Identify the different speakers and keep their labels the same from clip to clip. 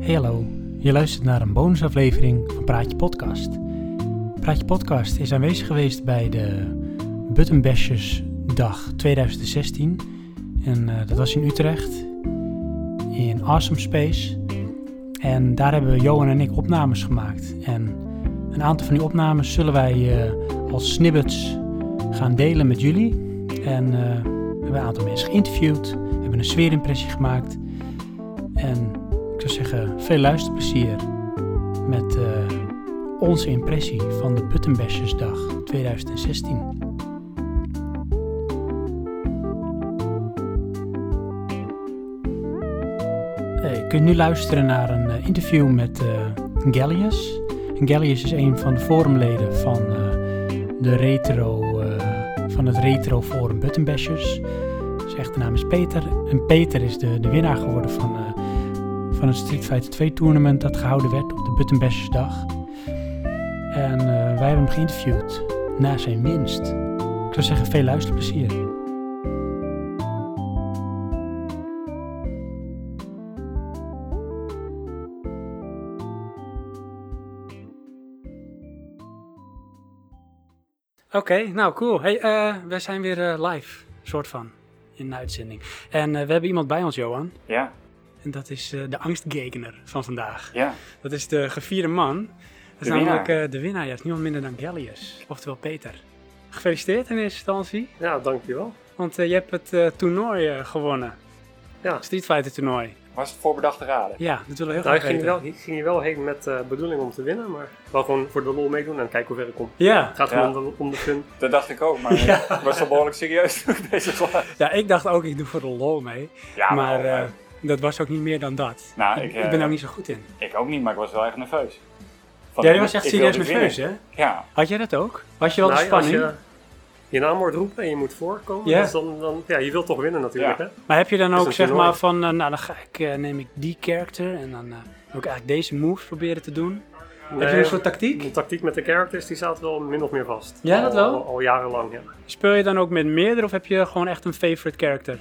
Speaker 1: Hey hallo, je luistert naar een bonusaflevering van Praatje Podcast. Praatje Podcast is aanwezig geweest bij de Buttonbashers dag 2016. En eh, dat was in Utrecht, in Awesome Space. En daar hebben Johan en ik opnames gemaakt. En een aantal van die opnames zullen wij eh, als snippets gaan delen met jullie. En eh, we hebben een aantal mensen geïnterviewd, we hebben een sfeerimpressie gemaakt. En ik zou zeggen, veel luisterplezier met eh, onze impressie van de Buttonbashersdag 2016. Eh, Je kunt nu luisteren naar een eh, interview met eh Gallius. En Gallius is een van de forumleden van, eh, de retro, eh, van het Retro Forum Buttonbashers. Zijn echte naam is Peter. En Peter is de, de winnaar geworden van eh, van het Street Fighter 2 tournament dat gehouden werd op de Buttonbashersdag. En eh, wij hebben hem geïnterviewd na zijn winst. Ik zou zeggen, veel luisterplezier. Oké, nou cool. Hey, we zijn weer eh, live, soort van, in een uitzending. En eh, we hebben iemand bij ons, Johan.
Speaker 2: Ja,
Speaker 1: En dat is eh, de angstgekener van vandaag.
Speaker 2: ja.
Speaker 1: Dat is de gevierde man. Dat is
Speaker 2: De
Speaker 1: namelijk
Speaker 2: winnaar.
Speaker 1: eh, de winnaar. Ja, het is niemand minder dan Gallius. Oftewel Peter. Gefeliciteerd in eerste instantie.
Speaker 3: Ja, dankjewel.
Speaker 1: Want eh, je hebt het eh, toernooi eh, gewonnen.
Speaker 3: Ja,
Speaker 1: Street Fighter toernooi.
Speaker 2: Was het voorbedacht te raden?
Speaker 1: Ja, dat willen we heel
Speaker 3: daar
Speaker 1: graag
Speaker 3: Nou, ging je
Speaker 1: weten.
Speaker 3: wel, hier ging je wel heen met eh bedoeling om te winnen, maar wel gewoon voor de lol meedoen en kijken hoe ver ik kom.
Speaker 1: Ja.
Speaker 3: Het gaat
Speaker 2: Ja.
Speaker 3: gewoon om, de- om de fun.
Speaker 2: Dat dacht ik ook, maar ik was al behoorlijk serieus toen ik bezig was.
Speaker 1: ja, ik dacht ook, ik doe voor de lol mee.
Speaker 2: Ja,
Speaker 1: maar
Speaker 2: wel,
Speaker 1: eh, dat was ook niet meer dan dat.
Speaker 2: Nou,
Speaker 1: ik,
Speaker 2: ik, eh,
Speaker 1: ben er ook niet zo goed in.
Speaker 2: ik ook niet, maar ik was wel echt nerveus. Van,
Speaker 1: Jij
Speaker 2: ik-
Speaker 1: was echt
Speaker 2: ik
Speaker 1: serieus
Speaker 2: wilde
Speaker 1: nerveus,
Speaker 2: winnen.
Speaker 1: hè?
Speaker 2: Ja,
Speaker 1: Had jij dat ook? Was je wel de
Speaker 3: Nou, als
Speaker 1: spanning?
Speaker 3: je je naam wordt roepen en je moet voorkomen,
Speaker 1: Ja.
Speaker 3: dus dan, dan, ja, je wilt toch winnen natuurlijk,
Speaker 2: Ja.
Speaker 3: hè?
Speaker 1: Maar heb je dan
Speaker 3: Is
Speaker 1: ook
Speaker 3: dat
Speaker 1: zeg
Speaker 3: toernooi?
Speaker 1: maar van, eh, nou dan ga ik, eh, neem ik die character en dan eh, wil ik eigenlijk deze moves proberen te doen?
Speaker 3: Nee,
Speaker 1: heb je een soort tactiek?
Speaker 3: De tactiek met de characters, die staat wel min of meer vast.
Speaker 1: Ja, dat wel?
Speaker 3: Al, al, al jarenlang, ja.
Speaker 1: Speel je dan ook met meerdere of heb je gewoon echt een favorite character?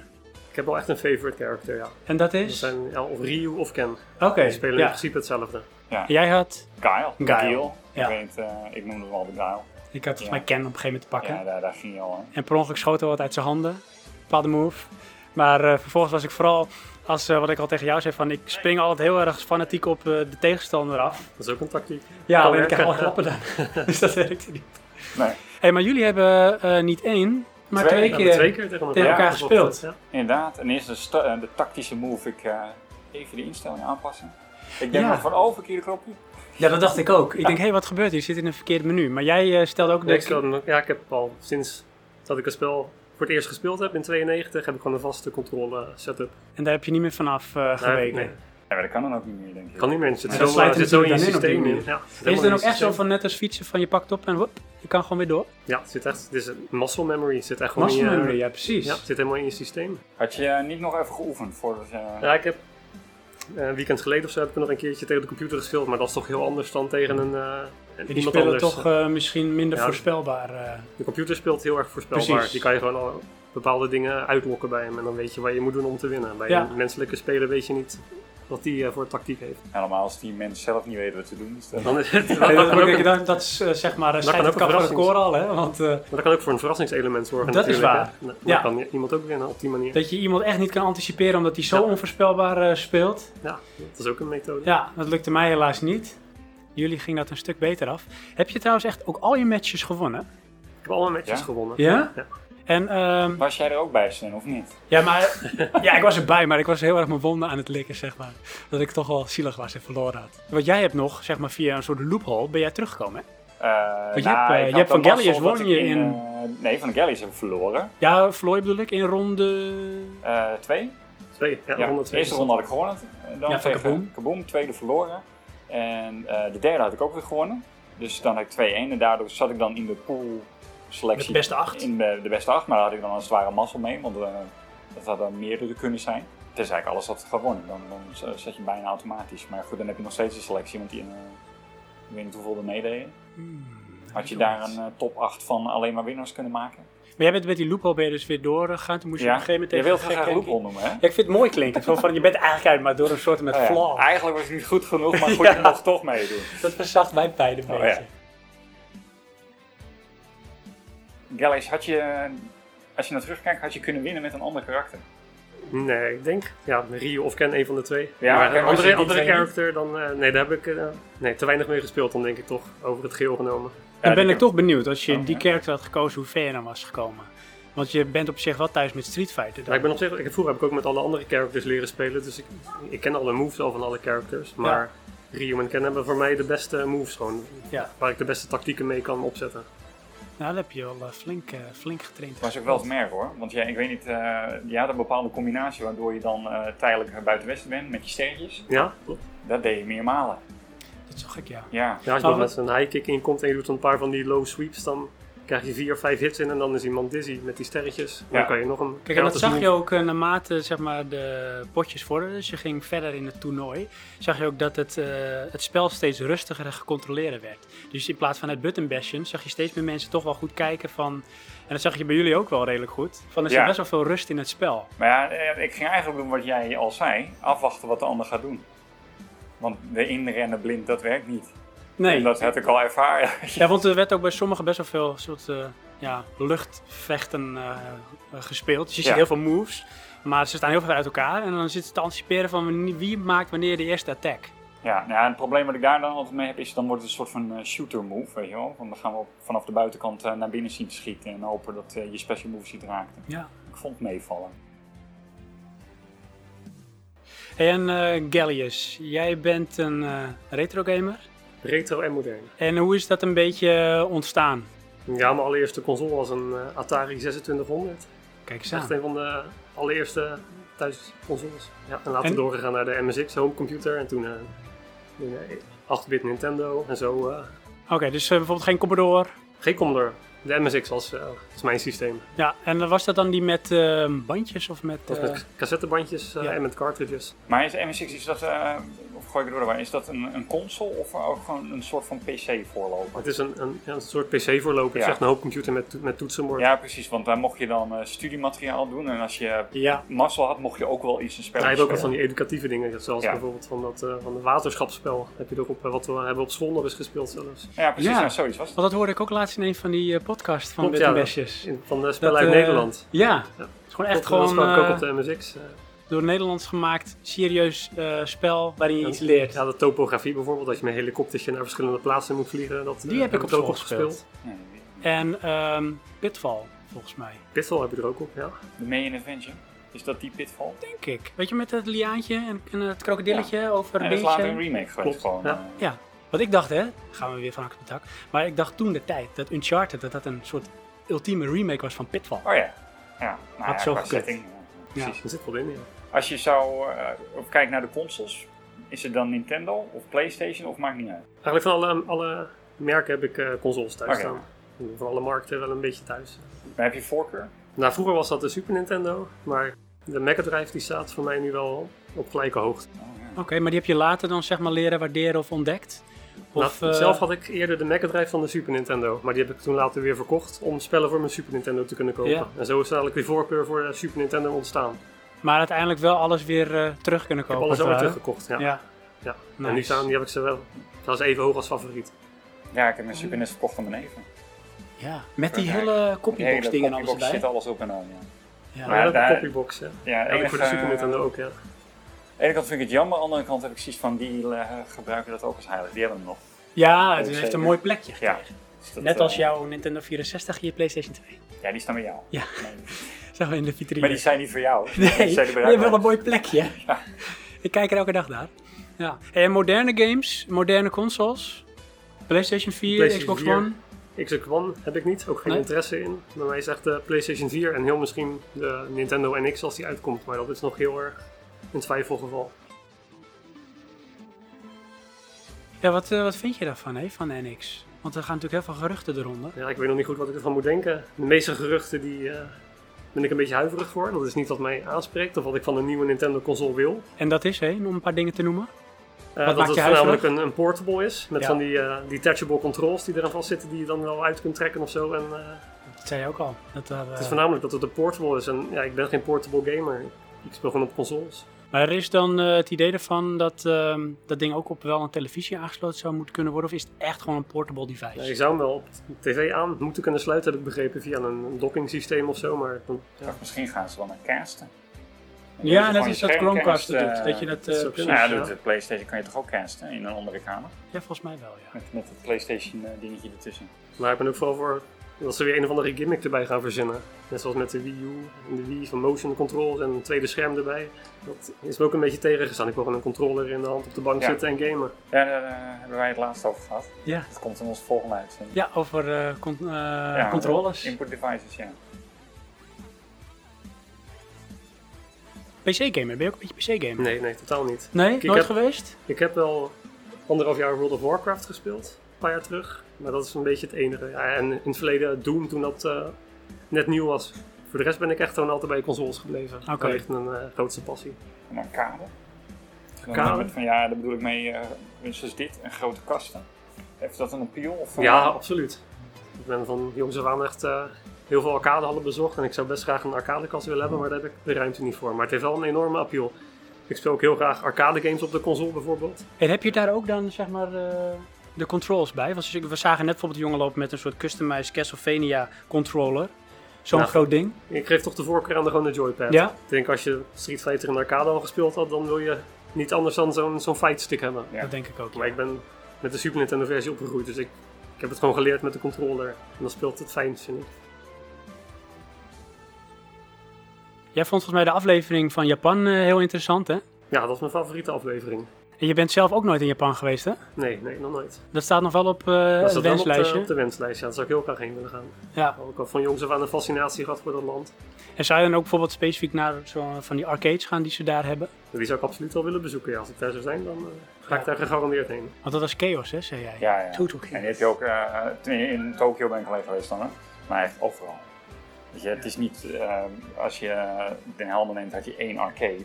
Speaker 3: Ik heb wel echt een favorite character, ja.
Speaker 1: En dat
Speaker 3: Dat
Speaker 1: is?
Speaker 3: zijn ja, of Ryu of Ken.
Speaker 1: Oké,
Speaker 3: Die spelen in
Speaker 1: ja.
Speaker 3: principe hetzelfde.
Speaker 1: En Jij had,
Speaker 2: Kyle.
Speaker 1: Guile.
Speaker 2: Guile.
Speaker 1: Ja.
Speaker 2: Ik, weet, eh, ik noemde hem al de Guile.
Speaker 1: ik had volgens
Speaker 2: Ja.
Speaker 1: mij Ken op een gegeven moment te pakken.
Speaker 2: Ja, daar, daar ging je al aan.
Speaker 1: En per ongeluk schoot er wat uit zijn handen. Bepaalde move. Maar eh, vervolgens was ik vooral, als, eh, wat ik al tegen jou zei, van ik spring altijd heel erg fanatiek op eh, de tegenstander af.
Speaker 3: Dat is ook een tactiek.
Speaker 1: Ja,
Speaker 3: Kan
Speaker 1: alleen ik
Speaker 3: werken.
Speaker 1: krijg al klappen dan. dus dat werkte niet.
Speaker 2: Nee,
Speaker 1: hey, maar jullie hebben eh, niet één, maar
Speaker 2: Twee.
Speaker 1: twee,
Speaker 3: Ja,
Speaker 1: keer.
Speaker 3: maar twee keer tegen elkaar,
Speaker 1: eh, tegen elkaar
Speaker 3: dat klopt,
Speaker 1: gespeeld.
Speaker 3: ja.
Speaker 2: inderdaad. En eerst de, sta- eh, de tactische move. Ik eh, even de instelling aanpassen. Ik denk
Speaker 1: Ja.
Speaker 2: nog van, oh, verkeerde knopje.
Speaker 1: Ja, dat dacht ik ook. Ik denk, hé, wat gebeurt hier? Je zit in een verkeerd menu. Maar jij eh, stelde ook
Speaker 3: Nee,
Speaker 1: de...
Speaker 3: ik speel hem ook- ja, ik heb al sinds dat ik het spel voor het eerst gespeeld heb in 92, heb ik gewoon een vaste controle setup.
Speaker 1: En daar heb je niet meer vanaf eh geweken.
Speaker 3: nee.
Speaker 2: Ja, maar dat kan dan ook niet meer, denk ik.
Speaker 3: Kan niet meer, het zit
Speaker 1: Maar
Speaker 3: zo,
Speaker 1: dat sluit
Speaker 3: het zit zo in je
Speaker 1: natuurlijk dan in op
Speaker 3: systeem.
Speaker 1: die
Speaker 3: in.
Speaker 1: manier.
Speaker 3: Ja, het zit
Speaker 1: Is
Speaker 3: helemaal
Speaker 1: het
Speaker 3: in
Speaker 1: dan ook
Speaker 3: je
Speaker 1: echt zo
Speaker 3: systeem.
Speaker 1: van net als fietsen van je pakt op en hop, je kan gewoon weer door?
Speaker 3: Ja, het zit echt, het is een muscle memory, het zit echt gewoon
Speaker 1: Muscle
Speaker 3: in je...
Speaker 1: memory, ja precies.
Speaker 3: Ja, het zit helemaal in je systeem.
Speaker 2: Had je eh, niet nog even geoefend voordat je...
Speaker 3: Ja, ik heb eh, een weekend geleden of zo heb ik nog een keertje tegen de computer gespeeld, maar dat is toch heel anders dan tegen een, eh,
Speaker 1: Die
Speaker 3: iemand
Speaker 1: spelen
Speaker 3: anders.
Speaker 1: toch eh, misschien minder
Speaker 3: Ja.
Speaker 1: voorspelbaar. eh.
Speaker 3: De computer speelt heel erg voorspelbaar.
Speaker 1: Precies.
Speaker 3: Die kan je gewoon al bepaalde dingen uitlokken bij hem en dan weet je wat je moet doen om te winnen. Bij
Speaker 1: Ja.
Speaker 3: een menselijke speler weet je niet wat die eh, voor tactiek heeft.
Speaker 2: Helemaal als die mensen zelf niet weten wat te doen. Dus dat-
Speaker 3: Dan is het, dat,
Speaker 1: Nee,
Speaker 3: kan
Speaker 1: dat,
Speaker 3: ook een-
Speaker 1: dat, dat is eh, zeg maar een
Speaker 3: kan
Speaker 1: schijf
Speaker 3: ook
Speaker 1: van
Speaker 3: een
Speaker 1: het koor al, hè? Want eh,
Speaker 3: maar dat kan ook voor een verrassingselement zorgen
Speaker 1: Dat is
Speaker 3: natuurlijk.
Speaker 1: waar.
Speaker 3: hè. Dan
Speaker 1: Ja.
Speaker 3: kan iemand ook winnen op die manier.
Speaker 1: dat je iemand echt niet kan anticiperen omdat hij zo
Speaker 3: Ja.
Speaker 1: onvoorspelbaar eh, speelt.
Speaker 3: Ja, dat is ook een methode.
Speaker 1: Ja, dat lukte mij helaas niet. Jullie ging dat een stuk beter af. Heb je trouwens echt ook al je matches gewonnen?
Speaker 3: Ik heb alle matches
Speaker 2: Ja?
Speaker 3: gewonnen.
Speaker 1: Ja?
Speaker 3: Ja.
Speaker 1: En, ehm,
Speaker 2: Was jij er ook bij, Sven, of niet?
Speaker 1: ja, maar, ja, ik was erbij, maar ik was heel erg mijn wonden aan het likken, zeg maar. Dat ik toch wel zielig was en verloren had. Want jij hebt nog, zeg maar, via een soort loophole ben jij teruggekomen, hè?
Speaker 2: Eh, nou,
Speaker 1: je hebt, eh,
Speaker 2: ik
Speaker 1: je
Speaker 2: had
Speaker 1: hebt van
Speaker 2: dat
Speaker 1: Gallius
Speaker 2: mazzel dat
Speaker 1: won
Speaker 2: ik
Speaker 1: je in-
Speaker 2: eh, nee, van Gallius hebben we verloren.
Speaker 1: Ja, verloor je bedoel ik in ronde...
Speaker 2: Eh, twee.
Speaker 3: Twee. Ja,
Speaker 2: Ja,
Speaker 3: ronde
Speaker 2: de
Speaker 3: twee.
Speaker 2: eerste ronde had ik gewonnen. Eh, Dan
Speaker 1: Ja, van
Speaker 2: tegen
Speaker 1: Kaboom.
Speaker 2: Tweede verloren. En eh, de derde had ik ook weer gewonnen. Dus dan had ik 2-1 en daardoor zat ik dan in de pool selectie.
Speaker 1: De beste acht.
Speaker 2: In de, de beste acht, maar daar had ik dan een zware mazzel mee, want eh, dat had er meerdere kunnen zijn. Tenzij ik alles had gewonnen, dan, dan zet je bijna automatisch. Maar goed, dan heb je nog steeds een selectie, want die, eh, ik weet niet hoeveel er meededen.
Speaker 1: Hmm,
Speaker 2: Had je daar een eh, top 8 van alleen maar winnaars kunnen maken?
Speaker 1: Maar jij bent met die loophole ben je dus weer doorgegaan. Toen moest je
Speaker 2: ja?
Speaker 1: op een gegeven moment
Speaker 2: je
Speaker 1: tegen
Speaker 2: wilt
Speaker 1: de gek
Speaker 2: graag
Speaker 1: kijken.
Speaker 2: loophole noemen, hè?
Speaker 1: Ja, ik vind het mooi klinken. Zo van, je bent eigenlijk uit, maar door een soort met
Speaker 2: Oh ja,
Speaker 1: flaw.
Speaker 2: Eigenlijk was het niet goed genoeg, maar goed,
Speaker 1: Ja.
Speaker 2: je mocht toch meedoen.
Speaker 1: Dat verzacht mijn pijn een
Speaker 2: Oh
Speaker 1: beetje.
Speaker 2: ja. Gallis, had je, als je naar terugkijkt, had je kunnen winnen met een ander karakter.
Speaker 3: Nee, ik denk ja, Rio of Ken, een van de twee.
Speaker 2: Ja,
Speaker 3: maar
Speaker 2: oké,
Speaker 3: een
Speaker 2: maar als je die
Speaker 3: andere, andere
Speaker 2: twee-
Speaker 3: character dan. eh, nee, daar heb ik eh, nee, te weinig mee gespeeld, dan denk ik toch over het geheel genomen.
Speaker 1: Dan ben
Speaker 2: die
Speaker 1: ik toch benieuwd, als je
Speaker 2: Oh,
Speaker 1: die
Speaker 2: ja.
Speaker 1: character had gekozen, hoe ver je dan was gekomen. Want je bent op zich wel thuis met Street Fighter.
Speaker 3: Ja, ik ben op zich, ik, heb- vroeger heb ik ook met alle andere characters leren spelen, dus ik, ik ken alle moves al van alle characters. Maar Rio en Ken hebben voor mij de beste moves gewoon.
Speaker 1: Ja.
Speaker 3: Waar ik de beste tactieken mee kan opzetten.
Speaker 1: Nou, dat heb je al eh, flink, eh, flink getraind.
Speaker 2: Was ook wel te merken hoor. Want ja, ik weet niet, eh, je had een bepaalde combinatie waardoor je dan eh, tijdelijk buiten Westen bent met je sterretjes.
Speaker 3: Ja, klopt.
Speaker 2: Dat deed je meermalen.
Speaker 1: Dat is toch gek, ja.
Speaker 2: Ja.
Speaker 3: Ja,
Speaker 1: Oh,
Speaker 3: als je dan
Speaker 1: wat-
Speaker 3: met een high kick in komt en je doet een paar van die low sweeps, dan krijg je vier of vijf hits in en dan is iemand dizzy met die sterretjes. Dan
Speaker 2: Ja.
Speaker 3: kan je nog een
Speaker 1: Kijk, en dat
Speaker 3: gratis
Speaker 1: zag
Speaker 3: move-
Speaker 1: je ook eh, naarmate zeg maar, de potjes vorderden. Dus je ging verder in het toernooi. Zag je ook dat het, eh, het spel steeds rustiger en gecontroleerder werd. Dus in plaats van het button bashen, zag je steeds meer mensen toch wel goed kijken van... En dat zag je bij jullie ook wel redelijk goed. Van er zit
Speaker 2: Ja.
Speaker 1: best wel veel rust in het spel.
Speaker 2: Maar ja, eh, ik ging eigenlijk doen wat jij al zei. Afwachten wat de ander gaat doen. Want de inrennen blind, dat werkt niet.
Speaker 1: Nee,
Speaker 2: En dat heb ik al ervaren.
Speaker 1: ja, want er werd ook bij sommigen best wel veel soort eh, ja, luchtvechten eh, eh, gespeeld. Dus je ziet
Speaker 2: Ja.
Speaker 1: heel veel moves, maar ze staan heel ver uit elkaar. En dan zit ze te anticiperen van wanneer- wie maakt wanneer de eerste attack.
Speaker 2: Ja, nou ja, het probleem wat ik daar dan altijd mee heb is, dan wordt het een soort van eh, shooter move, weet je wel. Want dan gaan we op- vanaf de buitenkant eh, naar binnen zien te schieten en hopen dat eh, je special moves ziet raken.
Speaker 1: Ja.
Speaker 2: Ik vond het meevallen.
Speaker 1: Hey, en eh, Gallius, jij bent een eh retrogamer.
Speaker 3: Retro en modern.
Speaker 1: En hoe is dat een beetje eh, ontstaan?
Speaker 3: Ja, mijn allereerste console was een eh, Atari 2600.
Speaker 1: Kijk eens
Speaker 3: Echt
Speaker 1: aan.
Speaker 3: een van de eh, allereerste thuisconsoles. Ja, en later
Speaker 1: En?
Speaker 3: doorgegaan naar de MSX homecomputer en toen eh, toen, eh, 8-bit Nintendo en zo. eh,
Speaker 1: Oké, dus eh, bijvoorbeeld geen Commodore.
Speaker 3: geen Commodore. De MSX was, eh, was mijn systeem.
Speaker 1: Ja, en was dat dan die met eh, bandjes of met...
Speaker 3: Dat was
Speaker 1: eh,
Speaker 3: met cassettebandjes eh,
Speaker 1: ja.
Speaker 3: en met cartridges.
Speaker 2: Maar is MSX, is dat, eh, of gooi ik er door, waar, is dat een, een console of ook gewoon een soort van PC voorloper?
Speaker 3: Het is een, een, ja, een soort PC-voorloper. Het is
Speaker 2: Ja.
Speaker 3: echt een hoopcomputer met, to- met toetsenbord.
Speaker 2: Ja, precies, want daar mocht je dan eh, studiemateriaal doen en als je
Speaker 1: Ja,
Speaker 2: mazzel had, mocht je ook wel eens een spel
Speaker 3: Hij heeft ook wat van
Speaker 2: spelen.
Speaker 3: die educatieve dingen, zoals
Speaker 2: Ja.
Speaker 3: bijvoorbeeld van, dat, eh, van de waterschapsspel. Heb je erop, eh, wat we hebben op school nog eens gespeeld zelfs.
Speaker 2: Ja, precies,
Speaker 1: Ja.
Speaker 2: nou, zoiets was het.
Speaker 1: want dat hoorde ik ook laatst in een van die eh, podcasts van
Speaker 3: Klopt,
Speaker 1: Bit
Speaker 3: ja,
Speaker 1: en Besjes.
Speaker 3: In- Van de spellen
Speaker 1: Dat,
Speaker 3: uit
Speaker 1: eh,
Speaker 3: Nederland.
Speaker 1: Ja,
Speaker 3: Ja.
Speaker 1: Het is gewoon echt
Speaker 3: dat,
Speaker 1: gewoon
Speaker 3: dat speel ik ook
Speaker 1: eh,
Speaker 3: op de MSX. eh.
Speaker 1: door Nederlands gemaakt, serieus eh, spel waarin je iets leert.
Speaker 3: Ja, de topografie bijvoorbeeld, dat je met een helikoptertje naar verschillende plaatsen moet vliegen. Dat,
Speaker 1: Die
Speaker 3: eh,
Speaker 1: heb ik op school
Speaker 3: ook
Speaker 1: gespeeld.
Speaker 2: Nee,
Speaker 1: En ehm, Pitfall, volgens mij,
Speaker 3: Pitfall heb je er ook op, ja.
Speaker 2: De Main Adventure, is dat die Pitfall?
Speaker 1: denk ik. Weet je, met het liaantje en, en het krokodilletje over
Speaker 2: Nee,
Speaker 1: een
Speaker 2: dat is
Speaker 1: beentje.
Speaker 2: later een remake geweest
Speaker 3: Klopt,
Speaker 2: gewoon.
Speaker 3: ja.
Speaker 2: eh.
Speaker 1: Ja, want ik dacht, hè, gaan we weer van hak op het dak. Maar ik dacht toen de tijd dat Uncharted dat dat een soort ultieme remake was van Pitfall.
Speaker 2: Oh ja, ja. Nou,
Speaker 1: Had
Speaker 2: ja,
Speaker 1: zo
Speaker 2: qua
Speaker 1: gekund.
Speaker 2: setting, ja, precies.
Speaker 3: Er zit wel in, ja.
Speaker 2: Als je zou eh, of kijkt naar de consoles, is het dan Nintendo of PlayStation of maakt niet uit?
Speaker 3: Eigenlijk van alle, alle merken heb ik eh, consoles thuis
Speaker 2: Oké.
Speaker 3: staan. Van alle markten wel een beetje thuis.
Speaker 2: Maar heb je voorkeur?
Speaker 3: Nou, vroeger was dat de Super Nintendo, maar de Mega Drive die staat voor mij nu wel op gelijke hoogte.
Speaker 1: Oké, maar die heb je later dan zeg maar leren waarderen of ontdekt? Of,
Speaker 3: Nou,
Speaker 1: eh,
Speaker 3: Zelf had ik eerder de Mega Drive van de Super Nintendo, maar die heb ik toen later weer verkocht om spellen voor mijn Super Nintendo te kunnen kopen.
Speaker 1: Ja.
Speaker 3: En zo is dadelijk weer voorkeur voor de Super Nintendo ontstaan.
Speaker 1: Maar uiteindelijk wel alles weer eh, terug kunnen
Speaker 3: Ik heb
Speaker 1: kopen. als
Speaker 3: alles ook
Speaker 1: het
Speaker 3: weer
Speaker 1: ware.
Speaker 3: teruggekocht, ja.
Speaker 1: Ja.
Speaker 3: Ja,
Speaker 1: Nice.
Speaker 3: en nu staan, die heb ik ze wel. Dat is even hoog als favoriet.
Speaker 2: Ja, ik heb mijn Super NES verkocht aan mijn neven.
Speaker 1: ja, met die
Speaker 2: Ja,
Speaker 1: hele
Speaker 2: Die hele
Speaker 1: copybox dingen en alles
Speaker 2: copybox zit
Speaker 1: erbij.
Speaker 2: alles op en aan. Ja,
Speaker 1: Ja.
Speaker 2: Maar-
Speaker 3: Maar ja,
Speaker 2: daar-
Speaker 3: de copybox, ja.
Speaker 2: ja
Speaker 3: Heb ik voor de Super
Speaker 2: Aan
Speaker 3: Nintendo ook, ja.
Speaker 2: de ene kant vind ik het jammer, aan de andere kant heb ik zoiets van die eh, gebruiken dat ook als heilig. Die hebben hem nog.
Speaker 1: ja, het
Speaker 2: Ook
Speaker 1: heeft
Speaker 2: zeker.
Speaker 1: een mooi plekje
Speaker 2: Ja.
Speaker 1: gekregen.
Speaker 2: Dus dat,
Speaker 1: Net als
Speaker 2: eh,
Speaker 1: jouw Nintendo 64 en je PlayStation 2.
Speaker 2: Ja, die staan bij jou.
Speaker 1: Ja.
Speaker 2: Nee.
Speaker 1: Zo in de vitrine.
Speaker 2: Maar die zijn niet voor jou.
Speaker 1: Nee,
Speaker 2: die zijn er bij
Speaker 1: maar je hebt wel
Speaker 2: jou.
Speaker 1: een mooi plekje.
Speaker 2: Ja.
Speaker 1: Ik kijk er elke dag naar. Ja. En moderne games, moderne consoles. PlayStation 4,
Speaker 3: PlayStation
Speaker 1: Xbox
Speaker 3: 4.
Speaker 1: One.
Speaker 3: Xbox One heb ik niet, ook geen
Speaker 1: Nee?
Speaker 3: interesse in. Bij mij is echt de PlayStation 4 en heel misschien de Nintendo NX als die uitkomt. Maar dat is nog heel erg een twijfelgeval.
Speaker 1: Ja, wat, eh, wat vind je daarvan, hè, van NX? Want er gaan natuurlijk heel veel geruchten eronder.
Speaker 3: Ja, ik weet nog niet goed wat ik ervan moet denken. De meeste geruchten die eh, ben ik een beetje huiverig voor. Dat is niet wat mij aanspreekt of wat ik van een nieuwe Nintendo console wil.
Speaker 1: En dat is, hè, om een paar dingen te noemen.
Speaker 3: Eh,
Speaker 1: Wat
Speaker 3: dat
Speaker 1: maakt
Speaker 3: het
Speaker 1: je
Speaker 3: voornamelijk een, een portable is, met
Speaker 1: Ja.
Speaker 3: van die eh, detachable controls die eraan vastzitten, die je dan wel uit kunt trekken of zo. En eh,
Speaker 1: Dat zei je ook al. Dat daar,
Speaker 3: Het is
Speaker 1: eh,
Speaker 3: voornamelijk dat het een portable is en ja, ik ben geen portable gamer. Ik speel gewoon op consoles.
Speaker 1: Maar er is dan eh, het idee ervan dat ehm, dat ding ook op wel een televisie aangesloten zou moeten kunnen worden? Of is het echt gewoon een portable device?
Speaker 3: Ja, je zou hem wel op de tv aan moeten kunnen sluiten, heb ik begrepen, via een docking systeem of zo. Maar dan- ja,
Speaker 2: Of misschien gaan ze wel naar casten.
Speaker 1: ja dat is dat Chromecast dat doet. Dat je dat, eh,
Speaker 3: dat zou
Speaker 1: precies,
Speaker 3: kunnen,
Speaker 2: Nou ja,
Speaker 1: ja.
Speaker 2: doet de PlayStation kan je toch ook casten in een andere kamer?
Speaker 1: Ja, volgens mij wel, ja.
Speaker 2: Met, met het PlayStation eh, dingetje ertussen.
Speaker 3: maar ik ben ook vooral voor dat ze weer een of andere gimmick erbij gaan verzinnen. Net zoals met de Wii U en de Wii van motion controls en een tweede scherm erbij. Dat is me ook een beetje tegengestaan. Ik wil gewoon een controller in de hand op de bank
Speaker 2: Ja.
Speaker 3: zitten en gamen.
Speaker 2: Ja, daar eh, hebben wij het laatst over gehad.
Speaker 1: Ja,
Speaker 2: Dat komt in onze volgende uitzending.
Speaker 1: ja over eh, con- eh,
Speaker 2: Ja,
Speaker 1: controllers.
Speaker 2: Input devices, ja.
Speaker 1: PC-gamer, ben je ook een beetje PC-gamer?
Speaker 3: Nee, nee, totaal niet.
Speaker 1: Nee,
Speaker 3: Ik
Speaker 1: nooit
Speaker 3: heb-
Speaker 1: geweest?
Speaker 3: Ik heb wel anderhalf jaar World of Warcraft gespeeld, een paar jaar terug. Maar dat is een beetje het enige. Ja, en in het verleden Doom, toen dat eh, net nieuw was. Voor de rest ben ik echt gewoon altijd bij consoles gebleven.
Speaker 1: Oké.
Speaker 3: Daar ligt mijn eh, grootste passie.
Speaker 2: En dan kader. Dan
Speaker 3: Kader?
Speaker 2: hebben we het Van, ja, daar bedoel ik mee, eh dus dit en grote kasten. Heeft dat een appeal? Of, eh,
Speaker 3: Ja, absoluut. Ik ben van jongs af aan echt eh, heel veel arcadehallen bezocht. En ik zou best graag een arcadekast willen hebben, maar daar heb ik de ruimte niet voor. Maar het heeft wel een enorme appeal. Ik speel ook heel graag arcade games op de console bijvoorbeeld.
Speaker 1: En heb je daar ook dan, zeg maar, eh, de controls bij? Want we zagen net bijvoorbeeld een jongen lopen met een soort customized Castlevania controller. Zo'n
Speaker 3: Nou,
Speaker 1: groot ding.
Speaker 3: Ik geef toch de voorkeur aan de gewone joypad.
Speaker 1: Ja.
Speaker 3: Ik denk als je Street Fighter in de arcade al gespeeld had, dan wil je niet anders dan zo'n zo'n fightstick hebben.
Speaker 2: Ja.
Speaker 1: Dat denk ik ook. ja.
Speaker 3: Maar ik ben met de Super Nintendo versie opgegroeid, dus ik, ik heb het gewoon geleerd met de controller. En dan speelt het fijn, vind ik.
Speaker 1: Jij vond volgens mij de aflevering van Japan eh, heel interessant, hè?
Speaker 3: Ja, dat is mijn favoriete aflevering.
Speaker 1: En je bent zelf ook nooit in Japan geweest, hè?
Speaker 3: Nee, nee, nog nooit.
Speaker 1: Dat staat nog wel op eh,
Speaker 3: Dat
Speaker 1: het
Speaker 3: staat wel op de,
Speaker 1: wenslijstje.
Speaker 3: op de wenslijst, ja. Daar zou ik heel graag heen willen gaan.
Speaker 1: Ja.
Speaker 3: Ook al van jongs af aan een fascinatie gehad voor dat land.
Speaker 1: En zou je dan ook bijvoorbeeld specifiek naar zo'n van die arcades gaan die ze daar hebben?
Speaker 3: Die zou ik absoluut wel willen bezoeken. Ja, als ik daar zou zijn, dan eh, ga
Speaker 1: Ja.
Speaker 3: ik daar gegarandeerd heen.
Speaker 1: Want dat was chaos, hè, zei jij?
Speaker 2: Ja, ja.
Speaker 1: Total chaos.
Speaker 2: En die heb je ook eh, toen je in Tokio ben ik alleen geweest dan, hè? maar echt overal. Weet je, het is niet, eh, als je Den Helder neemt, had je één arcade.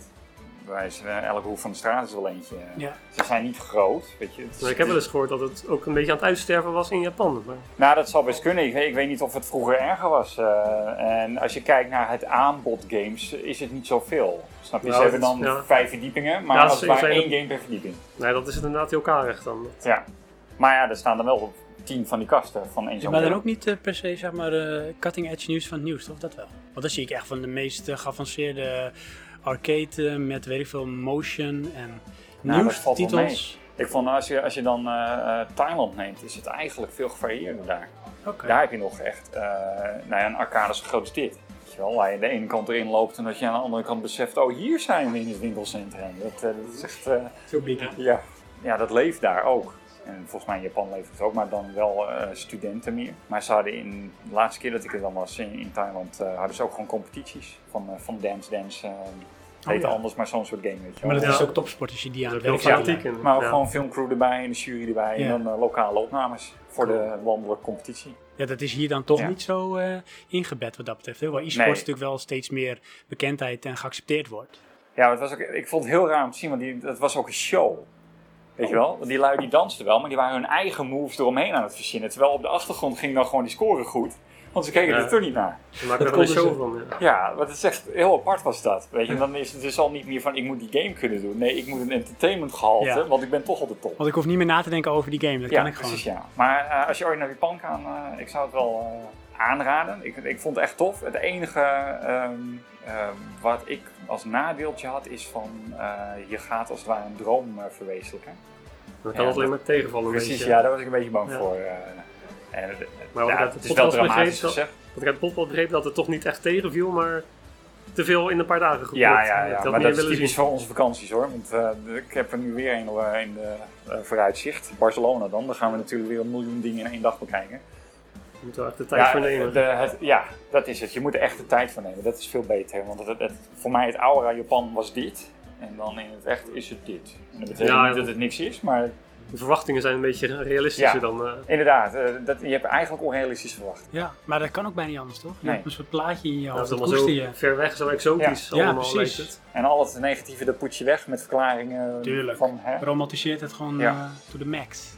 Speaker 2: Bij wijze van, eh, elke hoek van de straat is wel eentje.
Speaker 1: Ja.
Speaker 2: Ze zijn niet groot, weet je. Het is-
Speaker 3: Maar ik heb wel
Speaker 2: het is-
Speaker 3: eens gehoord dat het ook een beetje aan het uitsterven was in Japan. Maar
Speaker 2: Nou, dat zal best kunnen. Ik weet, ik weet niet of het vroeger erger was. eh, en als je kijkt naar het aanbod games, is het niet zoveel. Snap je?
Speaker 3: Nou,
Speaker 2: Ze hebben
Speaker 3: dat
Speaker 2: dan
Speaker 3: is- ja.
Speaker 2: vijf verdiepingen, maar
Speaker 3: Ja,
Speaker 2: dat
Speaker 3: ze-
Speaker 2: is maar
Speaker 3: zijn-
Speaker 2: één game per verdieping.
Speaker 3: nee, dat is het inderdaad heel karig dan.
Speaker 2: Ja. Maar ja, er staan dan wel tien van die kasten van één zo'n
Speaker 1: Maar dan
Speaker 2: game.
Speaker 1: ook niet eh, per se, zeg maar, eh, cutting edge nieuws van het nieuws, toch? Dat wel. Want dan zie ik echt van de meest eh, geavanceerde arcade eh, met, weet ik veel, motion en
Speaker 2: Nou, dat valt wel
Speaker 1: nieuwstitels.
Speaker 2: Ik vond als je, als je dan eh, eh, Thailand neemt, is het eigenlijk veel gevarieerder daar.
Speaker 1: Oké.
Speaker 2: Daar heb je nog echt eh, nou ja, een arcade zo groot als dit. Weet je wel, waar je de ene kant erin loopt en dat je aan de andere kant beseft, oh hier zijn we in het winkelcentrum. Dat, eh, dat is echt, eh,
Speaker 1: Zo big.
Speaker 2: ja. ja, dat leeft daar ook. En volgens mij in Japan leeft het ook, maar dan wel eh, studenten meer. Maar ze hadden in, de laatste keer dat ik er dan was in, in Thailand, eh, hadden ze ook gewoon competities van, eh, van dance, dance. eh, het heet
Speaker 1: Oh, ja.
Speaker 2: anders, maar zo'n soort game, weet je wel.
Speaker 1: Maar dat
Speaker 3: Ja.
Speaker 1: is ook topsport als je die aan
Speaker 3: Dat
Speaker 1: het
Speaker 3: is ook
Speaker 1: werk
Speaker 3: heel
Speaker 1: hebt.
Speaker 3: fanatiek. in.
Speaker 2: Maar ook
Speaker 3: Ja.
Speaker 2: gewoon filmcrew erbij en de jury erbij.
Speaker 1: Ja.
Speaker 2: En dan eh, lokale opnames voor de landelijke competitie.
Speaker 1: Ja, dat is hier dan toch
Speaker 2: Ja.
Speaker 1: niet zo eh, ingebed wat dat betreft. Hoewel e-sports
Speaker 2: Nee.
Speaker 1: natuurlijk wel steeds meer bekendheid en geaccepteerd wordt.
Speaker 2: Ja, maar het was ook, ik vond het heel raar om te zien, want die, dat was ook een show. Weet je wel? Want die lui die dansten wel, maar die waren hun eigen moves eromheen aan het verzinnen. Terwijl op de achtergrond ging dan gewoon die scoren goed. Want ze keken
Speaker 3: Ja.
Speaker 2: er toch niet naar.
Speaker 3: Daar maak ik er wel
Speaker 1: konden
Speaker 3: een
Speaker 1: ze.
Speaker 3: show van. Ja.
Speaker 2: Ja, want het is echt heel apart was dat. Weet je, en dan is het dus al niet meer van ik moet die game kunnen doen. Nee, ik moet een entertainment gehalte,
Speaker 1: Ja.
Speaker 2: want ik ben toch al de top.
Speaker 1: Want ik hoef niet meer na te denken over die game. Dat
Speaker 2: ja,
Speaker 1: kan ik gewoon.
Speaker 2: precies, ja. Maar eh, als je ooit naar Japan kan, eh, ik zou het wel eh, aanraden. Ik, ik vond het echt tof. Het enige ehm, ehm, wat ik als nadeeltje had, is van eh, je gaat als het ware een droom eh, verwezenlijken.
Speaker 3: Dan
Speaker 2: Ja,
Speaker 3: kan het alleen maar tegenvallen. een
Speaker 2: Precies,
Speaker 3: beetje.
Speaker 2: ja, daar was ik een beetje bang
Speaker 3: Ja. Oh,
Speaker 2: voor. eh. en, eh,
Speaker 3: Maar wat
Speaker 2: ja,
Speaker 3: ik uit de
Speaker 2: het is wel
Speaker 3: podcast
Speaker 2: dramatisch
Speaker 3: begreep, dat-
Speaker 2: gezegd.
Speaker 3: Want ik heb Bob wel begrepen dat het toch niet echt tegenviel, maar te veel in een paar dagen geklopt.
Speaker 2: Ja, ja,
Speaker 3: Ik
Speaker 2: ja.
Speaker 3: had
Speaker 2: maar
Speaker 3: meer
Speaker 2: dat is
Speaker 3: willen
Speaker 2: typisch
Speaker 3: zien.
Speaker 2: voor onze vakanties hoor. Want eh, ik heb er nu weer een eh, in de eh, vooruitzicht. Barcelona dan. Dan gaan we natuurlijk weer een miljoen dingen in één dag bekijken.
Speaker 3: Je moet wel echt de tijd voor nemen.
Speaker 2: de- het- ja, dat is het. Je moet er echt de tijd voor nemen. Dat is veel beter. Want het, het- voor mij het aura Japan was dit. En dan in het echt is het dit. En dat betekent
Speaker 3: Ja,
Speaker 2: niet
Speaker 3: ja.
Speaker 2: dat het niks is, maar
Speaker 3: De verwachtingen zijn een beetje realistischer
Speaker 2: Ja.
Speaker 3: dan... eh,
Speaker 2: inderdaad, eh, dat, je hebt eigenlijk onrealistische verwachtingen.
Speaker 1: Ja, maar dat kan ook bijna niet anders, toch? Je
Speaker 2: Nee.
Speaker 1: hebt een soort plaatje in je
Speaker 3: dat
Speaker 1: hoofd.
Speaker 3: is
Speaker 1: Dat
Speaker 3: allemaal zo
Speaker 1: koester je.
Speaker 3: ver weg, zo exotisch
Speaker 1: Ja,
Speaker 3: allemaal
Speaker 1: precies.
Speaker 3: lijkt het.
Speaker 2: En al het negatieve, dat poets je weg met verklaringen.
Speaker 1: Tuurlijk.
Speaker 2: Van, hè?
Speaker 1: eh, Romantiseert het gewoon
Speaker 2: Ja.
Speaker 1: eh, to the max.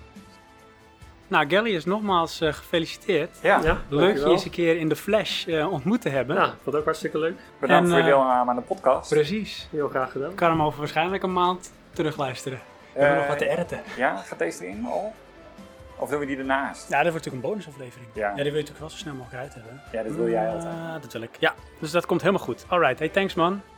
Speaker 1: Nou, Gallius, nogmaals eh, gefeliciteerd.
Speaker 2: Ja,
Speaker 3: Ja,
Speaker 1: Leuk je
Speaker 3: dankjewel.
Speaker 1: eens een keer in de Flash eh, ontmoet te hebben.
Speaker 3: Ja, vond ook hartstikke leuk.
Speaker 2: bedankt
Speaker 1: En,
Speaker 2: voor je
Speaker 1: eh,
Speaker 2: deelname aan de podcast.
Speaker 1: Precies.
Speaker 3: Heel graag gedaan.
Speaker 1: Ik kan hem over waarschijnlijk een maand terugluisteren. We hebben
Speaker 2: Eh,
Speaker 1: nog wat te editen.
Speaker 2: Ja, gaat deze erin al? Of doen we die ernaast?
Speaker 1: Ja, dat wordt natuurlijk een bonusaflevering.
Speaker 2: Ja.
Speaker 1: die wil je natuurlijk wel zo snel mogelijk uit hebben.
Speaker 2: Ja, dat wil jij altijd.
Speaker 1: Ah, dat wil ik. Ja, dus dat komt helemaal goed. Alright, hey, thanks man.